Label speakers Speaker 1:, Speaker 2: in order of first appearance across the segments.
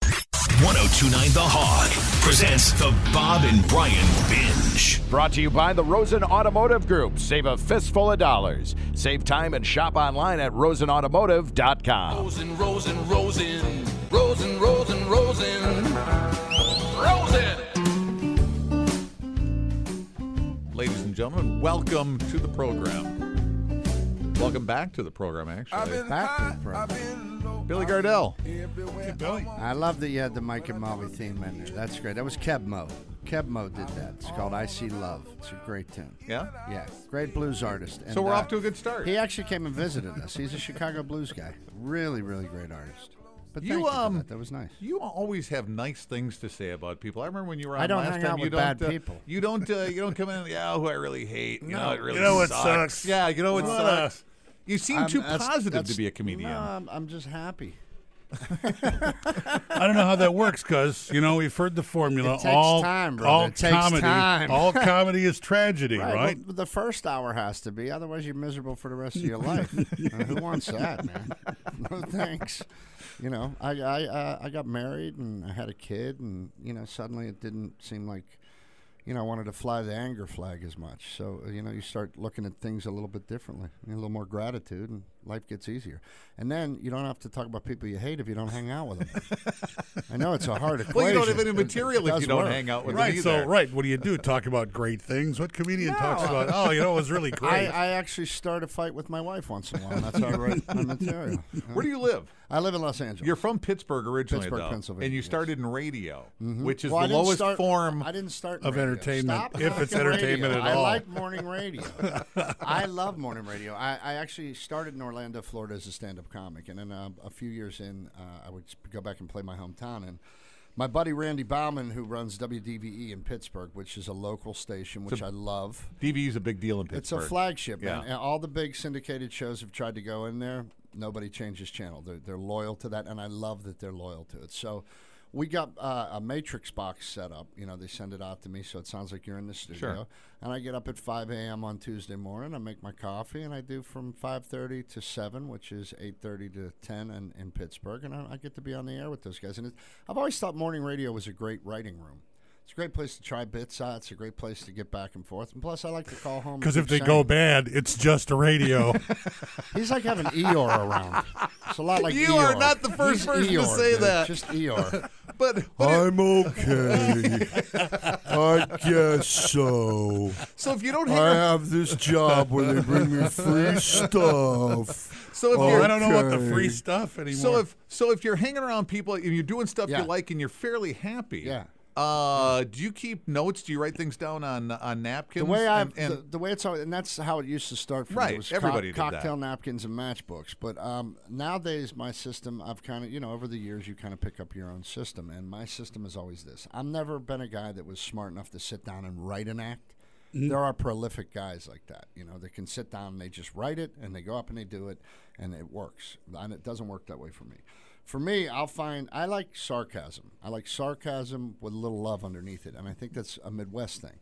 Speaker 1: 1029 The Hog presents the Bob and Brian Binge.
Speaker 2: Brought to you by the Rosen Automotive Group. Save a fistful of dollars. Save time and shop online at rosenautomotive.com.
Speaker 3: Rosen, Rosen, Rosen, Rosen, Rosen, Rosen, Rosen.
Speaker 4: Ladies and gentlemen, welcome to the program. Welcome back to the program, actually.
Speaker 5: Back to the program.
Speaker 4: Billy Gardell.
Speaker 5: I love that you had the Mike and Molly theme in there. That's great. That was Kebmo. Kebmo did that. It's called I See Love. It's a great tune.
Speaker 4: Yeah?
Speaker 5: Yeah, great blues artist. And,
Speaker 4: So we're
Speaker 5: uh,
Speaker 4: off to a good start.
Speaker 5: He actually came and visited us. He's a Chicago blues guy. Really, really great artist. But
Speaker 4: You,
Speaker 5: thank you, for
Speaker 4: um,
Speaker 5: that. that was nice.
Speaker 4: You always have nice things to say about people. I remember when you were on
Speaker 5: I don't
Speaker 4: last
Speaker 5: hang
Speaker 4: time.
Speaker 5: out
Speaker 4: you
Speaker 5: with
Speaker 4: don't.
Speaker 5: bad
Speaker 4: uh,
Speaker 5: people.
Speaker 4: You don't. Uh, you don't come in. and, Yeah, who I really hate. You know, it really.
Speaker 6: You know what
Speaker 4: sucks.
Speaker 6: sucks?
Speaker 4: Yeah, you know what
Speaker 6: What a-
Speaker 4: sucks. You seem
Speaker 5: I'm-
Speaker 4: too
Speaker 5: that's-
Speaker 4: positive
Speaker 5: that's-
Speaker 4: to be a comedian.
Speaker 5: No, I'm, um, I'm just happy.
Speaker 6: I don't know how that works because you know we've heard the formula.
Speaker 5: It takes
Speaker 6: all
Speaker 5: time, brother.
Speaker 6: all
Speaker 5: It takes
Speaker 6: comedy,
Speaker 5: time.
Speaker 6: all comedy is tragedy, right?
Speaker 5: well, the first hour has to be, otherwise you're miserable for the rest of your life. Uh, who wants that, man? No thanks. You know, I I uh, I got married and I had a kid, and you know, suddenly it didn't seem like, you know, I wanted to fly the anger flag as much. So uh, you know, you start looking at things a little bit differently, you know, a little more gratitude, and life gets easier. And then you don't have to talk about people you hate if you don't hang out with them. I know it's a hard equation.
Speaker 4: Well, you don't have any
Speaker 5: It- it
Speaker 4: material if
Speaker 5: does
Speaker 4: you don't
Speaker 5: work.
Speaker 4: hang out with
Speaker 6: Right.
Speaker 4: me
Speaker 6: So
Speaker 4: either.
Speaker 6: right, what do you do? Talk about great things. What comedian talks about? Oh, you know, it was really
Speaker 5: I,
Speaker 6: great.
Speaker 5: I actually start a fight with my wife once in a while. and That's how I write my material.
Speaker 4: Where do you live?
Speaker 5: I live in Los Angeles.
Speaker 4: You're from Pittsburgh originally,
Speaker 5: Pittsburgh,
Speaker 4: though,
Speaker 5: Pennsylvania,
Speaker 4: and you
Speaker 5: yes. Mm-hmm.
Speaker 4: started in radio, which is
Speaker 5: Well, I
Speaker 4: the
Speaker 5: didn't
Speaker 4: lowest
Speaker 5: start-
Speaker 4: form.
Speaker 5: I didn't start in
Speaker 6: of
Speaker 5: radio.
Speaker 6: entertainment,
Speaker 5: Stop
Speaker 6: if it's
Speaker 5: talking radio.
Speaker 6: entertainment at
Speaker 5: I
Speaker 6: all.
Speaker 5: like morning radio. I love morning radio. I, I actually started in Orlando, Florida, as a stand-up comic, and then uh, a few years in, uh, I would go back and play my hometown. And my buddy Randy Bauman, who runs WDVE E in Pittsburgh, which is a local station, which I love.
Speaker 4: DV is a big deal in Pittsburgh.
Speaker 5: It's a flagship, man.
Speaker 4: Yeah.
Speaker 5: And all the big syndicated shows have tried to go in there. Nobody changes channel. They're, they're loyal to that, and I love that they're loyal to it. So we got uh, a matrix box set up. You know, they send it out to me, so it sounds like you're in the studio. And I get up at 5 a.m. on Tuesday morning. I make my coffee, and I do from 5:30 to 7, which is 8:30 to 10 in, in Pittsburgh. And I, I get to be on the air with those guys. And it, I've always thought morning radio was a great writing room. It's a great place to try bits out. It's a great place to get back and forth. And plus, I like to call home. and
Speaker 6: Because if
Speaker 5: keep
Speaker 6: they
Speaker 5: saying-
Speaker 6: go bad, it's just radio.
Speaker 5: He's like having Eeyore around. It's a lot like
Speaker 4: You
Speaker 5: Eeyore.
Speaker 4: are not the first
Speaker 5: He's
Speaker 4: person to
Speaker 5: Eeyore,
Speaker 4: say
Speaker 5: dude.
Speaker 4: that.
Speaker 5: Just Eeyore.
Speaker 4: But, but it-
Speaker 7: I'm okay. I guess so.
Speaker 4: so if you don't
Speaker 7: I
Speaker 4: hang up,
Speaker 7: have this job where they bring me free stuff.
Speaker 4: so if
Speaker 7: Oh,
Speaker 4: you're
Speaker 6: I don't know what the free
Speaker 7: Okay.
Speaker 6: stuff anymore.
Speaker 4: So if so if you're hanging around people and you're doing stuff
Speaker 5: Yeah.
Speaker 4: you like and you're fairly happy,
Speaker 5: Yeah.
Speaker 4: Uh, do you keep notes? Do you write things down on on napkins?
Speaker 5: The way I,
Speaker 4: and, and
Speaker 5: the, the way it's always, and that's how it used to start. For me.
Speaker 4: Right,
Speaker 5: It was
Speaker 4: everybody did
Speaker 5: cock-
Speaker 4: that.
Speaker 5: cocktail napkins and matchbooks. But um, nowadays, my system, I've kind of, you know, over the years, you kind of pick up your own system, and my system is always this. I've never been a guy that was smart enough to sit down and write an act. There are prolific guys like that, you know, that can sit down and they just write it and they go up and they do it and it works. And it doesn't work that way for me. For me, I'll find I like sarcasm. I like sarcasm with a little love underneath it. And I think that's a Midwest thing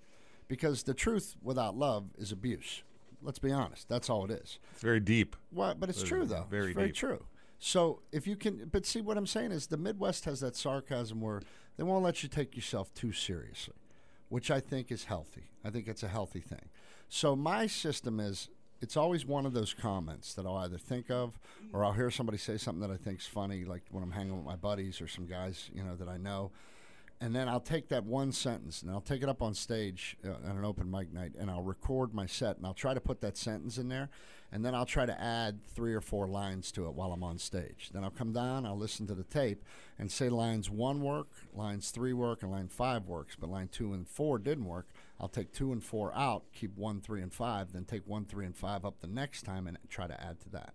Speaker 5: because the truth without love is abuse. Let's be honest. That's all it is.
Speaker 4: it's very deep.
Speaker 5: Well, but it's true though.
Speaker 4: very
Speaker 5: it's very
Speaker 4: deep.
Speaker 5: true. So if you can, but see what I'm saying is the Midwest has that sarcasm where they won't let you take yourself too seriously, which I think is healthy. I think it's a healthy thing. So my system is it's always one of those comments that I'll either think of or I'll hear somebody say something that I think's funny, like when I'm hanging with my buddies or some guys you know that I know. And then I'll take that one sentence and I'll take it up on stage uh, on an open mic night and I'll record my set and I'll try to put that sentence in there and then I'll try to add three or four lines to it while I'm on stage. Then I'll come down, I'll listen to the tape and say lines one work, lines three work, and line five works, but line two and four didn't work. I'll take two and four out, keep one, three, and five, then take one, three, and five up the next time and try to add to that.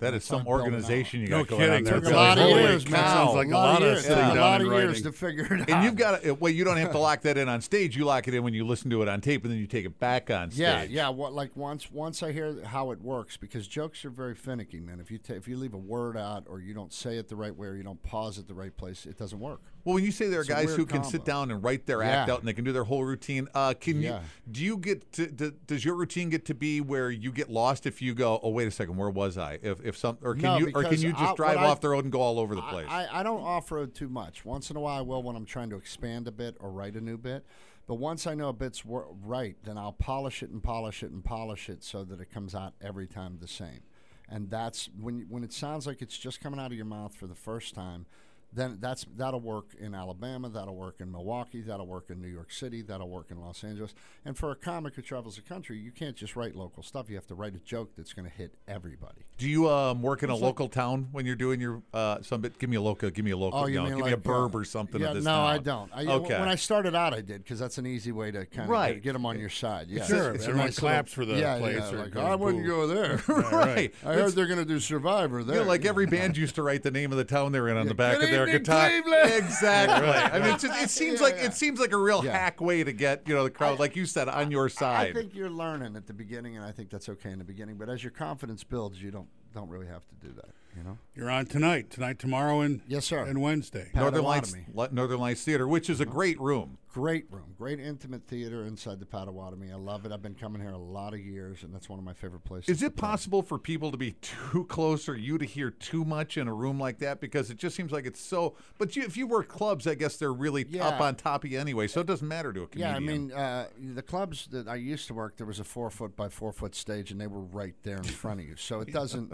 Speaker 4: That is some
Speaker 5: I'm building
Speaker 4: organization you
Speaker 6: No
Speaker 4: got going on
Speaker 6: kidding.
Speaker 4: there.
Speaker 6: Took Really?
Speaker 5: A
Speaker 4: Billy.
Speaker 5: lot of
Speaker 4: Holy
Speaker 5: years, man.
Speaker 4: cow.
Speaker 6: Sounds like a lot of
Speaker 5: years.
Speaker 6: sitting
Speaker 5: Yeah,
Speaker 6: down
Speaker 5: a lot
Speaker 6: and
Speaker 5: of years
Speaker 6: writing.
Speaker 5: to figure it out.
Speaker 4: And you've got to, well, you don't have to lock that in on stage. You lock it in when you listen to it on tape, and then you take it back on stage.
Speaker 5: Yeah, yeah. What like once once I hear how it works because jokes are very finicky, man. If you ta if you leave a word out or you don't say it the right way or you don't pause at the right place, it doesn't work.
Speaker 4: Well, when you say there are
Speaker 5: It's a
Speaker 4: guys
Speaker 5: weird
Speaker 4: who can sit
Speaker 5: combo.
Speaker 4: down and write their act
Speaker 5: Yeah.
Speaker 4: out and they can do their whole routine, uh, can
Speaker 5: Yeah.
Speaker 4: you? Do you get? To, do, does your routine get to be where you get lost if you go? Oh, wait a second, where was I? If if if some or can
Speaker 5: No,
Speaker 4: you or can
Speaker 5: because
Speaker 4: you
Speaker 5: I-
Speaker 4: just drive
Speaker 5: what I-
Speaker 4: off the road and go all over the place?
Speaker 5: I, I don't off road too much. Once in a while, I will when I'm trying to expand a bit or write a new bit. But once I know a bit's wor- right, then I'll polish it and polish it and polish it so that it comes out every time the same. And that's when when it sounds like it's just coming out of your mouth for the first time. Then that's that'll work in Alabama, that'll work in Milwaukee, that'll work in New York City, that'll work in Los Angeles. And for a comic who travels the country, you can't just write local stuff. You have to write a joke that's going to hit everybody.
Speaker 4: Do you um, work in a local town when you're doing your uh, some bit? Give me a local, give me a local, no, give me a
Speaker 5: Oh, like,
Speaker 4: burb
Speaker 5: uh,
Speaker 4: or something
Speaker 5: Yeah,
Speaker 4: of this.
Speaker 5: no, I
Speaker 4: town.
Speaker 5: don't. I,
Speaker 4: okay.
Speaker 5: okay. When I started out, I did because that's an easy way to kind of
Speaker 4: Right.
Speaker 5: get, them on your side. Yeah,
Speaker 6: Sure, everyone
Speaker 5: little-
Speaker 6: claps for the
Speaker 5: yeah,
Speaker 6: place
Speaker 5: Yeah,
Speaker 6: or
Speaker 5: like,
Speaker 6: goes
Speaker 5: I wouldn't
Speaker 6: boo."
Speaker 5: go there.
Speaker 4: right.
Speaker 5: I heard they're going to do Survivor there.
Speaker 4: You know, like every band used to write the name of the town they were in on the back
Speaker 5: "Good
Speaker 4: of their
Speaker 5: evening,
Speaker 4: guitar.
Speaker 5: Cleveland."
Speaker 4: Exactly. I mean, it's just, it seems
Speaker 5: Yeah,
Speaker 4: like
Speaker 5: yeah.
Speaker 4: it seems like a real
Speaker 5: Yeah.
Speaker 4: hack way to get you know the crowd, like you said, on your
Speaker 5: I
Speaker 4: side.
Speaker 5: think you're learning at the beginning, and I think that's okay in the beginning. But as your confidence builds, you don't don't really have to do that. You know.
Speaker 6: You're on tonight, tonight, tomorrow, and
Speaker 5: Yes, sir.
Speaker 6: and Wednesday.
Speaker 5: Pat-
Speaker 4: Northern
Speaker 5: Had a lot
Speaker 4: Lights,
Speaker 5: of Uh-huh.
Speaker 4: Li- Northern Lights Theater, which is a great room.
Speaker 5: Great room, great intimate theater inside the Potawatomi. I love it. I've been coming here a lot of years, and that's one of my favorite places.
Speaker 4: Is
Speaker 5: to
Speaker 4: it
Speaker 5: play.
Speaker 4: possible for people to be too close or you to hear too much in a room like that? Because it just seems like it's so. But you, if you work clubs, I guess they're really up
Speaker 5: Yeah.
Speaker 4: on top of you anyway, so it doesn't matter to a comedian.
Speaker 5: Yeah, I mean, uh, the clubs that I used to work, there was a four foot by four foot stage, and they were right there in front of you. So it doesn't,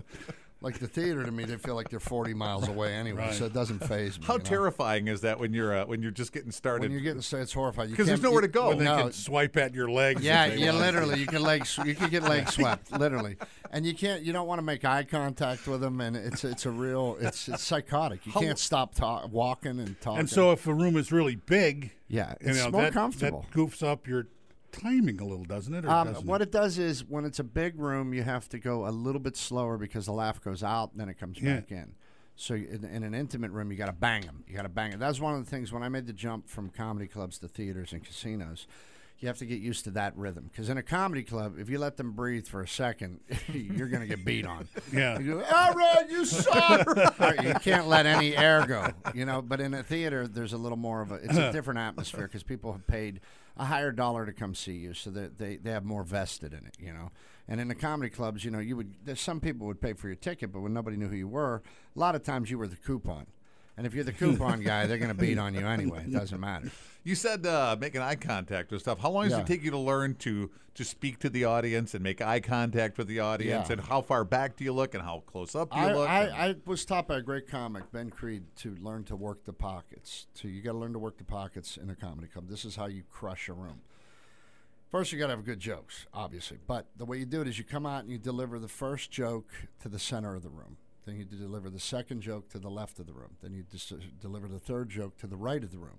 Speaker 5: like the theater to me, they feel like they're 40 miles away anyway. So it doesn't phase me.
Speaker 4: how
Speaker 5: you know?
Speaker 4: terrifying is that when you're uh, when you're just getting started?
Speaker 5: When you're getting so it's horrifying. You
Speaker 4: 'Cause there's
Speaker 5: can't-
Speaker 4: nowhere to
Speaker 5: you-
Speaker 4: go.
Speaker 6: when they
Speaker 5: no,
Speaker 6: can swipe at your legs. if
Speaker 5: yeah,
Speaker 6: they
Speaker 5: yeah,
Speaker 6: want.
Speaker 5: literally, you can leg, sw- you can get leg swept, literally, and you can't, you don't want to make eye contact with them, and it's it's a real, it's it's psychotic. You can't stop ta- walking and talking.
Speaker 6: And so, if a room is really big,
Speaker 5: Yeah,
Speaker 6: you
Speaker 5: it's
Speaker 6: know,
Speaker 5: more
Speaker 6: that,
Speaker 5: comfortable.
Speaker 6: That goofs up your timing a little, doesn't it? Or
Speaker 5: Um,
Speaker 6: doesn't
Speaker 5: what
Speaker 6: it?
Speaker 5: it does is when it's a big room, you have to go a little bit slower because the laugh goes out, then it comes
Speaker 6: Yeah.
Speaker 5: back in. So you- in, in an intimate room, you got to bang them. You got to bang it. That's one of the things when I made the jump from comedy clubs to theaters and casinos. You have to get used to that rhythm because in a comedy club, if you let them breathe for a second, you're going to get beat on.
Speaker 6: Yeah.
Speaker 5: You go, all right, you suck. you can't let any air go, you know. But in a theater, there's a little more of a. It's a different atmosphere because people have paid a higher dollar to come see you, so that they they have more vested in it, you know. And in the comedy clubs, you know, you would there's some people would pay for your ticket, but when nobody knew who you were, a lot of times you were the coupon. And if you're the coupon guy, they're going to beat on you anyway. It doesn't matter.
Speaker 4: you said uh, making eye contact with stuff. How long does
Speaker 5: Yeah.
Speaker 4: it take you to learn to to speak to the audience and make eye contact with the audience?
Speaker 5: Yeah.
Speaker 4: And how far back do you look? And how close up do you
Speaker 5: I,
Speaker 4: look? and-
Speaker 5: I, I was taught by a great comic, Ben Creed, to learn to work the pockets. So you got to learn to work the pockets in a comedy club. This is how you crush a room. First, you got to have good jokes, obviously. But the way you do it is you come out and you deliver the first joke to the center of the room. Then you deliver the second joke to the left of the room. Then you dis- deliver the third joke to the right of the room.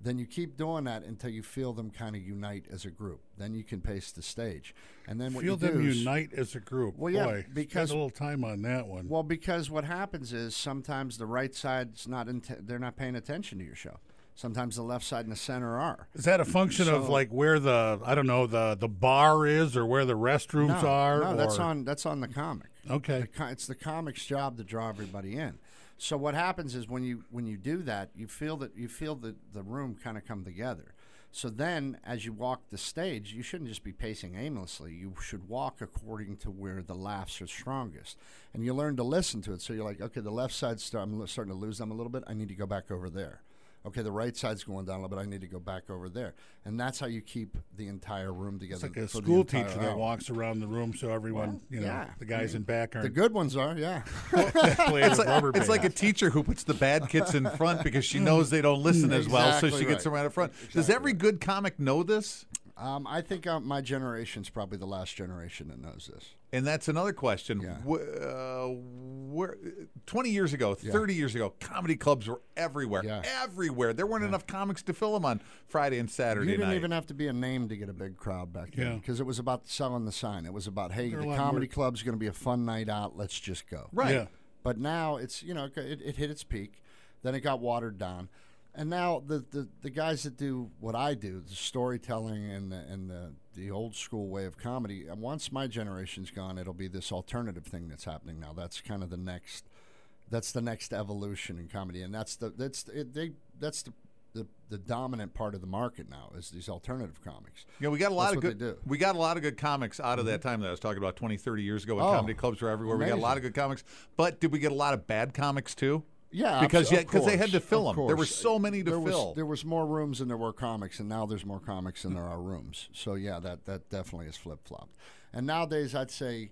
Speaker 5: Then you keep doing that until you feel them kind of unite as a group. Then you can pace the stage. And then what
Speaker 6: Feel
Speaker 5: you do
Speaker 6: them
Speaker 5: is-
Speaker 6: unite as a group.
Speaker 5: Well, yeah,
Speaker 6: Boy,
Speaker 5: because-
Speaker 6: spend a little time on that one.
Speaker 5: Well, because what happens is sometimes the right side's not inte- they're not paying attention to your show. Sometimes the left side and the center are.
Speaker 6: Is that a function of like where the I don't know the the bar is or where the restrooms are?
Speaker 5: no, that's
Speaker 6: or-
Speaker 5: on that's on the comic.
Speaker 6: Okay.
Speaker 5: The co- it's the comic's job to draw everybody in. So what happens is when you when you do that, you feel that you feel that the room kind of come together. So then, as you walk the stage, you shouldn't just be pacing aimlessly. You should walk according to where the laughs are strongest, and you learn to listen to it. So you're like, okay, the left side's start, I'm lo- starting to lose them a little bit. I need to go back over there. Okay, the right side's going down a little bit. I need to go back over there, and that's how you keep the entire room together.
Speaker 6: It's like a
Speaker 5: for the
Speaker 6: school
Speaker 5: entire
Speaker 6: teacher that
Speaker 5: hour.
Speaker 6: walks around the room so everyone, you know,
Speaker 5: yeah.
Speaker 6: the guys in back
Speaker 5: The
Speaker 6: aren't
Speaker 5: good ones are, yeah.
Speaker 6: playing
Speaker 4: It's
Speaker 6: with rubber
Speaker 4: like, it's like a
Speaker 6: bands.
Speaker 4: teacher who puts the bad kids in front because she knows they don't listen as well, so she
Speaker 5: Exactly
Speaker 4: gets them
Speaker 5: right.
Speaker 4: right up front. Does every good comic know this?
Speaker 5: Um, I think uh, my generation's probably the last generation that knows this.
Speaker 4: And that's another question.
Speaker 5: Yeah.
Speaker 4: Wh- uh, where, 20 years ago, 30 years ago, comedy clubs were everywhere.
Speaker 5: Yeah.
Speaker 4: Everywhere. There weren't enough comics to fill them on Friday and
Speaker 5: You
Speaker 4: Saturday
Speaker 5: didn't
Speaker 4: night.
Speaker 5: even have to be a name to get a big crowd back then
Speaker 6: Yeah.
Speaker 5: because it was about selling the sign. It was about, hey,
Speaker 6: a
Speaker 5: the
Speaker 6: lot
Speaker 5: comedy
Speaker 6: more-
Speaker 5: club's going to be a fun night out. Let's just go.
Speaker 4: right.
Speaker 6: Yeah.
Speaker 5: But now it's, you know, it, it hit its peak. Then it got watered down. And now the, the, the guys that do what I do, the storytelling and the, and the, the old school way of comedy, and once my generation's gone, it'll be this alternative thing that's happening now. That's kind of the next that's the next evolution in comedy, and that's the that's it, they that's the, the the, the dominant part of the market now is these alternative comics.
Speaker 4: Yeah, we got a lot
Speaker 5: That's
Speaker 4: of
Speaker 5: what
Speaker 4: good.
Speaker 5: they do. Mm-hmm.
Speaker 4: We got a lot of good comics out of that time that I was talking about 20, 30 years ago when
Speaker 5: Oh,
Speaker 4: comedy clubs were everywhere. We got a lot of good comics, but did we get a lot of bad comics too?
Speaker 5: Yeah,
Speaker 4: because
Speaker 5: abso-
Speaker 4: yeah,
Speaker 5: of
Speaker 4: because they had to
Speaker 5: course,
Speaker 4: fill
Speaker 5: of
Speaker 4: them. There were
Speaker 5: course.
Speaker 4: so many to
Speaker 5: there was,
Speaker 4: fill.
Speaker 5: There was more rooms than there were comics, and now there's more comics than there are rooms. So yeah, that that definitely is flip flopped. And nowadays, I'd say,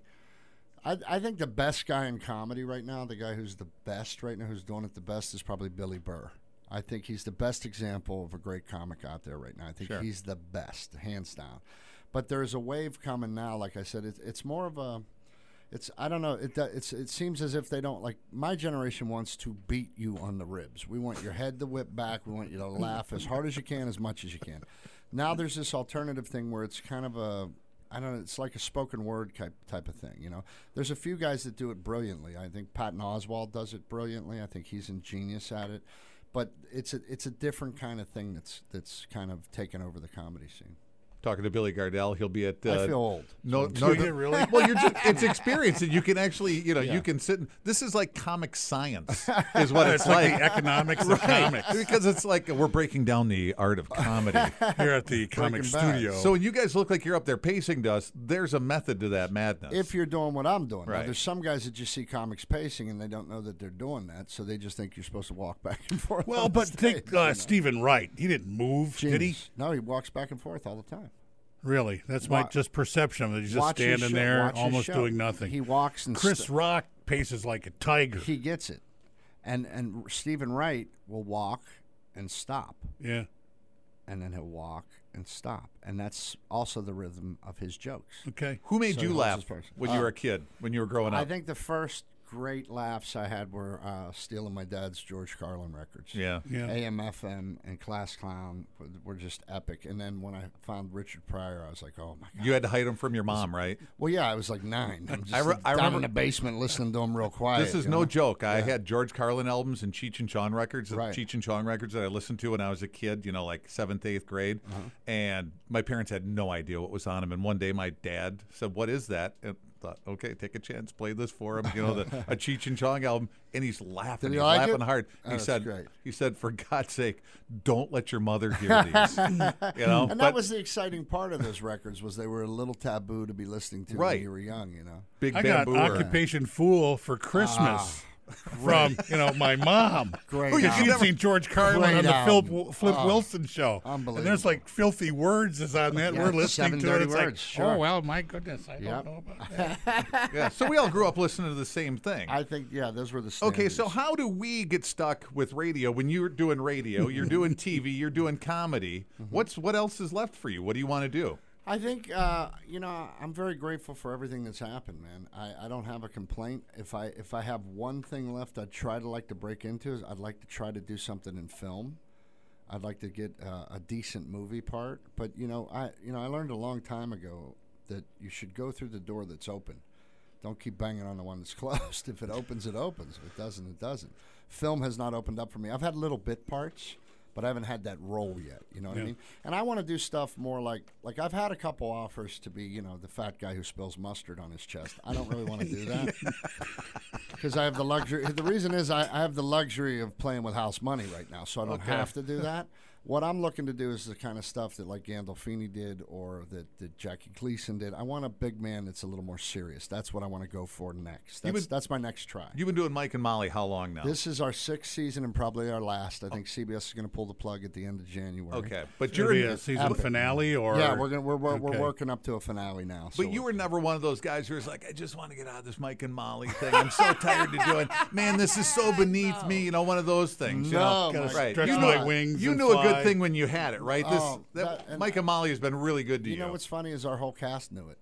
Speaker 5: I, I think the best guy in comedy right now, the guy who's the best right now, who's doing it the best, is probably Billy Burr. I think he's the best example of a great comic out there right now. I think he's the best, hands down. But there's a wave coming now. Like I said, it's it's more of a it's I don't know. It do- it's it seems as if they don't like my generation wants to beat you on the ribs. We want your head to whip back. We want you to laugh as hard as you can, as much as you can. Now there's this alternative thing where it's kind of a I don't know. It's like a spoken word type type of thing. You know, there's a few guys that do it brilliantly. I think Patton Oswald does it brilliantly. I think he's ingenious at it. But it's a it's a different kind of thing that's that's kind of taken over the comedy scene.
Speaker 4: Talking to Billy Gardell, he'll be at. Uh,
Speaker 5: I feel old.
Speaker 4: No, no,
Speaker 6: Do you really?
Speaker 4: Well, you're just, it's experience, and you can actually, you know, you can sit. And, this is like comic science, is what it's
Speaker 6: like
Speaker 4: like.
Speaker 6: the economics of comics
Speaker 4: because it's like we're breaking down the art of comedy.
Speaker 6: here at the comic
Speaker 5: Breaking Bad.
Speaker 6: studio.
Speaker 4: so when you guys look like you're up there pacing to us, there's a method to that madness.
Speaker 5: if you're doing what I'm doing. Now,
Speaker 4: Right.
Speaker 5: there's some guys that just see comics pacing and they don't know that they're doing that, so they just think you're supposed to walk back and forth.
Speaker 6: well,
Speaker 5: on the
Speaker 6: but
Speaker 5: stage,
Speaker 6: think
Speaker 5: you know.
Speaker 6: uh, Stephen Wright. He didn't move, did he?
Speaker 5: Genius. No, he walks back and forth all the time.
Speaker 6: Really? That's my
Speaker 5: Wa-
Speaker 6: just perception of it. He's just
Speaker 5: Watch his
Speaker 6: standing
Speaker 5: show-
Speaker 6: there,
Speaker 5: watch his
Speaker 6: almost
Speaker 5: show.
Speaker 6: doing nothing.
Speaker 5: He walks and
Speaker 6: Chris
Speaker 5: st-
Speaker 6: Rock paces like a tiger.
Speaker 5: he gets it, and and Stephen Wright will walk and stop,
Speaker 6: yeah.
Speaker 5: and then he'll walk and stop, and that's also the rhythm of his jokes.
Speaker 6: Okay.
Speaker 4: Who made
Speaker 5: So
Speaker 4: you
Speaker 5: who's
Speaker 4: laugh
Speaker 5: this person?
Speaker 4: when you were a kid, when you were growing up?
Speaker 5: I think the first great laughs I had were uh, stealing my dad's George Carlin records.
Speaker 4: yeah.
Speaker 6: Yeah.
Speaker 5: AMFM and Class Clown were- were just epic. And then when I found Richard Pryor, I was like, oh my God.
Speaker 4: You had to hide them from your mom, right?
Speaker 5: Well, yeah, I was like nine. I'm just
Speaker 4: I re-
Speaker 5: like,
Speaker 4: I
Speaker 5: down
Speaker 4: remember-
Speaker 5: in the basement listening to him real quiet.
Speaker 4: This is
Speaker 5: you
Speaker 4: no
Speaker 5: know?
Speaker 4: joke. I had George Carlin albums and Cheech and Chong records, the
Speaker 5: Right.
Speaker 4: Cheech and Chong records that I listened to when I was a kid, you know, like seventh, eighth grade.
Speaker 5: Uh-huh.
Speaker 4: And my parents had no idea what was on them. And one day my dad said, What is that? And thought, Okay, take a chance, play this for him, you know, the, a Cheech and Chong album. And he's laughing.
Speaker 5: Did he
Speaker 4: he's
Speaker 5: like it?
Speaker 4: laughing hard.
Speaker 5: Oh,
Speaker 4: he
Speaker 5: that's
Speaker 4: said,
Speaker 5: great.
Speaker 4: He said, For God's sake, don't let your mother hear these. you know,
Speaker 5: And that
Speaker 4: But
Speaker 5: was the exciting part of those records was they were a little taboo to be listening to
Speaker 4: Right.
Speaker 5: when you were young, you know.
Speaker 4: Big
Speaker 6: I got
Speaker 4: Bamboo. or-
Speaker 6: Occupation Fool for Christmas from, you know, my mom.
Speaker 5: Ah, Great
Speaker 6: Who you
Speaker 5: album.
Speaker 6: should have seen George Carlin
Speaker 5: Great
Speaker 6: on the Philip,
Speaker 5: album.
Speaker 6: Wi- Flip
Speaker 5: Oh,
Speaker 6: Wilson show. And there's
Speaker 5: unbelievable.
Speaker 6: like filthy words is on that.
Speaker 5: Yeah,
Speaker 6: we're listening
Speaker 5: seven
Speaker 6: to it.
Speaker 5: dirty
Speaker 6: It's like,
Speaker 5: words, sure.
Speaker 6: oh, well, my goodness, I
Speaker 5: Yep.
Speaker 6: don't know about that.
Speaker 4: Yeah, so we all grew up listening to the same thing.
Speaker 5: I think, yeah, those were the
Speaker 4: Okay, so
Speaker 5: standards.
Speaker 4: how do we get stuck with radio when you're doing radio, you're doing TV, you're doing comedy?
Speaker 5: Mm-hmm.
Speaker 4: What's what else is left for you? What do you want to do?
Speaker 5: I think uh, you know I'm very grateful for everything that's happened, man. I, I don't have a complaint. If I if I have one thing left, I'd try to like to break into is I'd like to try to do something in film. I'd like to get uh, a decent movie part, but you know I you know I learned a long time ago that you should go through the door that's open. Don't keep banging on the one that's closed. If it opens, it opens. If it doesn't, it doesn't. Film has not opened up for me. I've had little bit parts, but I haven't had that role yet. You know what I mean? And I want to do stuff more like like I've had a couple offers to be you know the fat guy who spills mustard on his chest. I don't really want to do that because I have the luxury. The reason is I, I have the luxury of playing with house money right now, so I don't have to do that. What I'm looking to do is the kind of stuff that like Gandolfini did or that, that Jackie Gleason did. I want a big man that's a little more serious. That's what I want to go for next. That's,
Speaker 4: would-
Speaker 5: that's my next try.
Speaker 4: You've been doing Mike and Molly how long now?
Speaker 5: this is our sixth season and probably our last. I think CBS is going to pull the plug at the end of January.
Speaker 4: okay, but
Speaker 6: Should
Speaker 4: you're
Speaker 6: be a season finale or
Speaker 5: Yeah, we're gonna, we're we're,
Speaker 6: Okay.
Speaker 5: we're working up to a finale now. So
Speaker 4: but you were never one of those guys who was like, I just want to get out of this Mike and Molly thing. I'm so tired to do it. Man, this is so beneath me. You know, one of those things.
Speaker 5: No,
Speaker 4: you know?
Speaker 5: my
Speaker 4: right?
Speaker 6: Stretch
Speaker 4: you
Speaker 5: God.
Speaker 4: know,
Speaker 6: my wings.
Speaker 4: you
Speaker 6: and
Speaker 4: knew a
Speaker 6: fly.
Speaker 4: good thing when you had it, right? This
Speaker 5: Oh,
Speaker 4: that,
Speaker 5: that- and-
Speaker 4: Mike and Molly has been really good to you.
Speaker 5: You know what's funny is our whole cast knew it,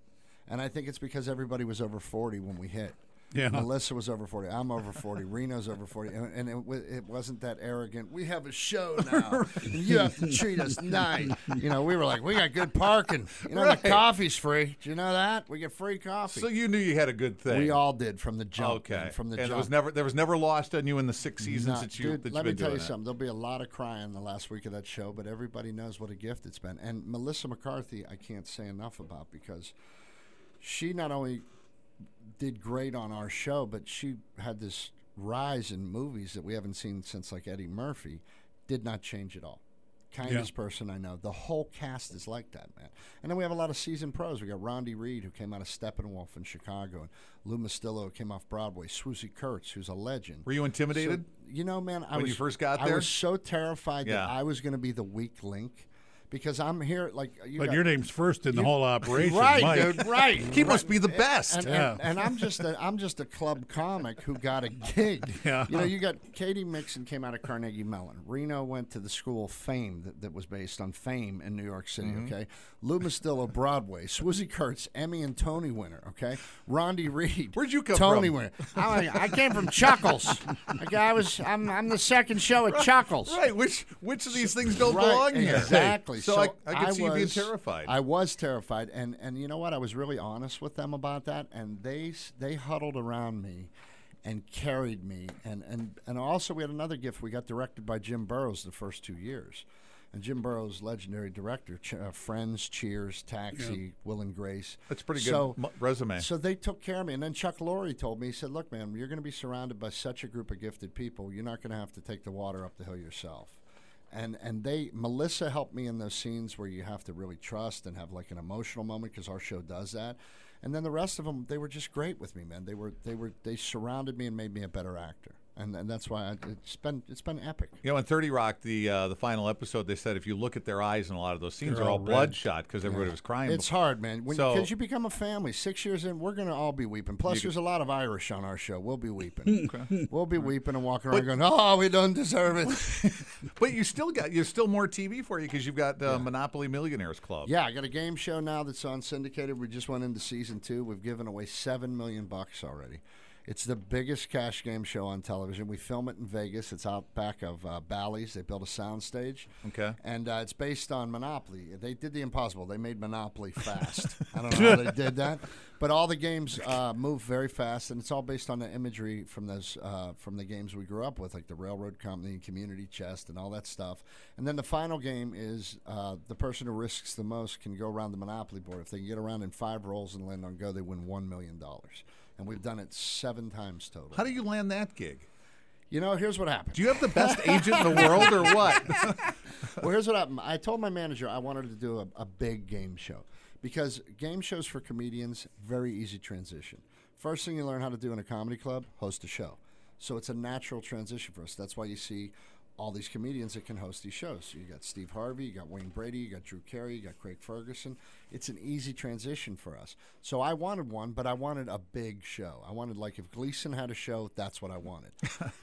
Speaker 5: and I think it's because everybody was over forty when we hit.
Speaker 6: Yeah.
Speaker 5: Melissa was over forty. I'm over forty. Reno's over forty, and, and it, wa- it wasn't that arrogant. We have a show now. and you have to treat us nice. You know, we were like, we got good parking. You know,
Speaker 4: Right.
Speaker 5: the coffee's free. Do you know that? We get free coffee.
Speaker 4: so you knew you had a good thing.
Speaker 5: we all did from the jump.
Speaker 4: Okay.
Speaker 5: man, from the
Speaker 4: and
Speaker 5: jump.
Speaker 4: it was never there was never lost on you in the six seasons
Speaker 5: Nah,
Speaker 4: that you
Speaker 5: dude,
Speaker 4: that
Speaker 5: let me
Speaker 4: you've been
Speaker 5: tell you
Speaker 4: doing it.
Speaker 5: something. There'll be a lot of crying the last week of that show, but everybody knows what a gift it's been. And Melissa McCarthy, I can't say enough about because she not only did great on our show, but she had this rise in movies that we haven't seen since like Eddie Murphy. Did not change at all. kindest person I know. The whole cast is like that, man. And then we have a lot of seasoned pros. We got Rondi Reed, who came out of Steppenwolf in Chicago, and Lou Mastillo, who came off Broadway, Swoosie Kurtz, who's a legend.
Speaker 4: Were you intimidated?
Speaker 5: You know, man, I
Speaker 4: When
Speaker 5: was
Speaker 4: you first got
Speaker 5: I
Speaker 4: there?
Speaker 5: was so terrified
Speaker 4: Yeah.
Speaker 5: that I was going to be the weak link because I'm here like you
Speaker 6: But
Speaker 5: got-
Speaker 6: your name's first in the whole operation,
Speaker 5: right,
Speaker 6: Mike.
Speaker 5: dude, right.
Speaker 4: he must be the best.
Speaker 5: And, and, and I'm just a I'm just a club comic who got a gig.
Speaker 6: Yeah.
Speaker 5: You know, you got Katie Mixon came out of Carnegie Mellon. Reno went to the school Fame that, that was based on Fame in New York City.
Speaker 4: Mm-hmm.
Speaker 5: Okay, Lou Mastillo, Broadway, Swizzy Kurtz, Emmy and Tony winner. Okay, Rondi Reed.
Speaker 4: Where'd you come
Speaker 5: Tony
Speaker 4: from?
Speaker 5: winner. I, I came from Chuckles. okay, I was I'm I'm the second show at Chuckles.
Speaker 4: Right, which which of these things don't
Speaker 5: Right,
Speaker 4: belong here?
Speaker 5: Exactly.
Speaker 4: So, I, I could see you being
Speaker 5: was-
Speaker 4: terrified.
Speaker 5: I was terrified, and and you know what? I was really honest with them about that, and they s- they huddled around me, and carried me, and and and also we had another gift. We got directed by Jim Burrows the first two years. And Jim Burrows, legendary director, Ch- uh, Friends, Cheers, Taxi, Will and Grace.
Speaker 4: That's pretty good
Speaker 5: So-
Speaker 4: mu- resume.
Speaker 5: So they took care of me. And then Chuck Lorre told me, he said, Look, man, you're going to be surrounded by such a group of gifted people. You're not going to have to take the water up the hill yourself. And, and they Melissa helped me in those scenes where you have to really trust and have like an emotional moment because our show does that. And then the rest of them, they were just great with me, man. They were they were they surrounded me and made me a better actor, and and that's why I, it's been it's been epic.
Speaker 4: You know, in Thirty Rock, the uh, the final episode, they said if you look at their eyes in a lot of those scenes,
Speaker 6: They're
Speaker 4: they're all
Speaker 6: all red.
Speaker 4: bloodshot because everybody was crying.
Speaker 5: It's
Speaker 4: before.
Speaker 5: hard, man. Because
Speaker 4: So-
Speaker 5: you, become a family. Six years in, we're going to all be weeping. Plus, there's a lot of Irish on our show. We'll be weeping. We'll be weeping and walking around going, oh, we don't deserve it.
Speaker 4: But you still got you still more TV for you because you've got uh, Monopoly Millionaires Club.
Speaker 5: yeah, I got a game show now that's on syndicated. We just went into season two. We've given away seven million bucks already. It's the biggest cash game show on television. We film it in Vegas. It's out back of uh, Bally's. They built a soundstage.
Speaker 4: Okay.
Speaker 5: And uh, it's based on Monopoly. They did the impossible. They made Monopoly fast. I don't know how they did that, but all the games uh, move very fast, and it's all based on the imagery from those uh, from the games we grew up with, like the railroad company and community chest and all that stuff. And then the final game is uh, the person who risks the most can go around the Monopoly board. If they can get around in five rolls and land on go, they win one million dollars. And we've done it seven times total.
Speaker 4: How do you land that gig?
Speaker 5: you know? Here's what happened.
Speaker 4: Do you have the best agent in the world or what?
Speaker 5: well, here's what happened. I told my manager I wanted to do a, a big game show because game shows for comedians very easy transition. First thing you learn how to do in a comedy club, host a show. So it's a natural transition for us. That's why you see all these comedians that can host these shows. So you got Steve Harvey, you got Wayne Brady, you got Drew Carey, you got Craig Ferguson. It's an easy transition for us. So I wanted one, but I wanted a big show. I wanted like if Gleason had a show, that's what I wanted.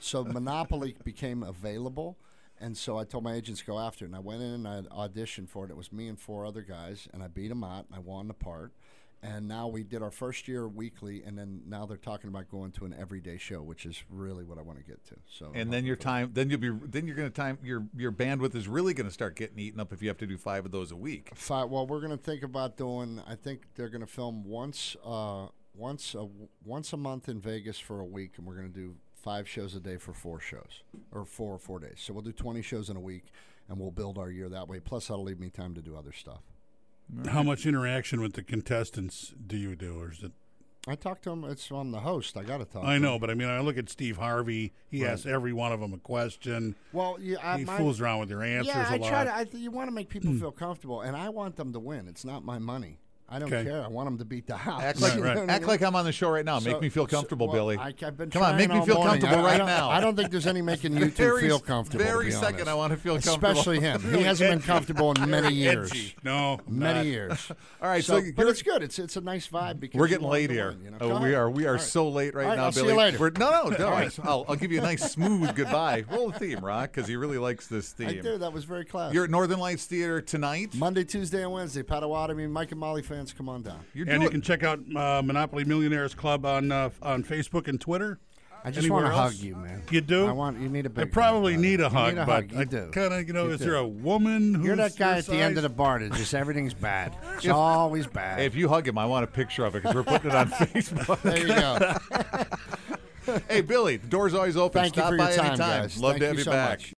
Speaker 5: so Monopoly became available. And so I told my agents to go after it. And I went in and I auditioned for it. It was me and four other guys, and I beat them out and I won the part. And now we did our first year weekly, and then now they're talking about going to an everyday show, which is really what I want to get to. So
Speaker 4: and then your time, then you'll be, then you're gonna time your your bandwidth is really gonna start getting eaten up if you have to do five of those a week.
Speaker 5: Fi well, we're going to think about doing. I think they're going to film once, uh, once a once a month in Vegas for a week, and we're going to do five shows a day for four shows or four or four days. So we'll do twenty shows in a week, and we'll build our year that way. Plus, that'll leave me time to do other stuff.
Speaker 6: How much interaction with the contestants do you do, or is it?
Speaker 5: I talked to him. It's I'm the host. I got to talk. to
Speaker 6: I
Speaker 5: him.
Speaker 6: know, but I mean, I look at Steve Harvey. He asks every one of them a question.
Speaker 5: Well, yeah, I,
Speaker 6: he
Speaker 5: my-
Speaker 6: fools around with their answers
Speaker 5: Yeah, I
Speaker 6: a lot.
Speaker 5: try to. I th- you want to make
Speaker 4: Hmm.
Speaker 5: people feel comfortable, and I want them to win. It's not my money. I don't
Speaker 6: Okay.
Speaker 5: care. I want them to beat the house.
Speaker 4: Act like
Speaker 5: You know what I
Speaker 4: act
Speaker 5: mean?
Speaker 4: like I'm on the show right now. Make
Speaker 5: So-
Speaker 4: me feel
Speaker 5: so-
Speaker 4: comfortable,
Speaker 5: well,
Speaker 4: Billy.
Speaker 5: I, have been
Speaker 4: Come on,
Speaker 5: trying
Speaker 4: make me
Speaker 5: all
Speaker 4: feel
Speaker 5: morning.
Speaker 4: comfortable
Speaker 5: I- I
Speaker 4: right
Speaker 5: don't-
Speaker 4: now.
Speaker 5: I don't think there's any making you two feel comfortable. to
Speaker 4: Very
Speaker 5: be
Speaker 4: second,
Speaker 5: honest.
Speaker 4: I want to feel comfortable.
Speaker 5: Especially him. He hasn't been comfortable in many years.
Speaker 6: Edgy. No,
Speaker 5: Many
Speaker 6: not.
Speaker 5: years.
Speaker 4: All right, so
Speaker 5: but
Speaker 4: you're-
Speaker 5: it's good. It's it's a nice vibe because
Speaker 4: We're
Speaker 5: you
Speaker 4: getting
Speaker 5: want
Speaker 4: late
Speaker 5: to
Speaker 4: here.
Speaker 5: win, you know?
Speaker 4: Oh,
Speaker 5: Go
Speaker 4: we
Speaker 5: ahead.
Speaker 4: are. We are
Speaker 5: All right.
Speaker 4: so late right
Speaker 5: All right,
Speaker 4: now,
Speaker 5: I'll see
Speaker 4: Billy.
Speaker 5: you later.
Speaker 4: We're, no, no, no. I'll, I'll give you a nice smooth goodbye. Roll the theme, Rock, because he really likes this theme.
Speaker 5: I do. That was very class.
Speaker 4: You're at Northern Lights Theater tonight.
Speaker 5: Monday, Tuesday, and Wednesday. Potawatomi, Mike and Molly fans, come on down.
Speaker 4: You're
Speaker 6: And
Speaker 4: doing
Speaker 6: you can check out uh, Monopoly Millionaires Club on uh, on Facebook and Twitter.
Speaker 5: I just want to
Speaker 6: Anywhere
Speaker 5: hug
Speaker 6: else?
Speaker 5: you, man.
Speaker 6: You do?
Speaker 5: I want. You need a
Speaker 6: I
Speaker 5: big.
Speaker 6: probably
Speaker 5: hug, brother.
Speaker 6: need a
Speaker 5: You
Speaker 6: hug,
Speaker 5: a
Speaker 6: but
Speaker 5: You
Speaker 6: I
Speaker 5: do.
Speaker 6: kind of, you know,
Speaker 5: You
Speaker 6: is
Speaker 5: do.
Speaker 6: there a woman who's
Speaker 5: You're that guy
Speaker 6: your
Speaker 5: at the end of the
Speaker 6: size?
Speaker 5: bar that just everything's bad. It's always bad.
Speaker 4: Hey, if you hug him, I want a picture of it because we're putting it on
Speaker 5: there
Speaker 4: Facebook.
Speaker 5: you go.
Speaker 4: hey, Billy, the door's always open.
Speaker 5: Thank you
Speaker 4: Stop
Speaker 5: for your
Speaker 4: by
Speaker 5: time,
Speaker 4: anytime.
Speaker 5: guys.
Speaker 4: Love
Speaker 5: Thank
Speaker 4: to
Speaker 5: you
Speaker 4: have you
Speaker 5: so
Speaker 4: back.
Speaker 5: much.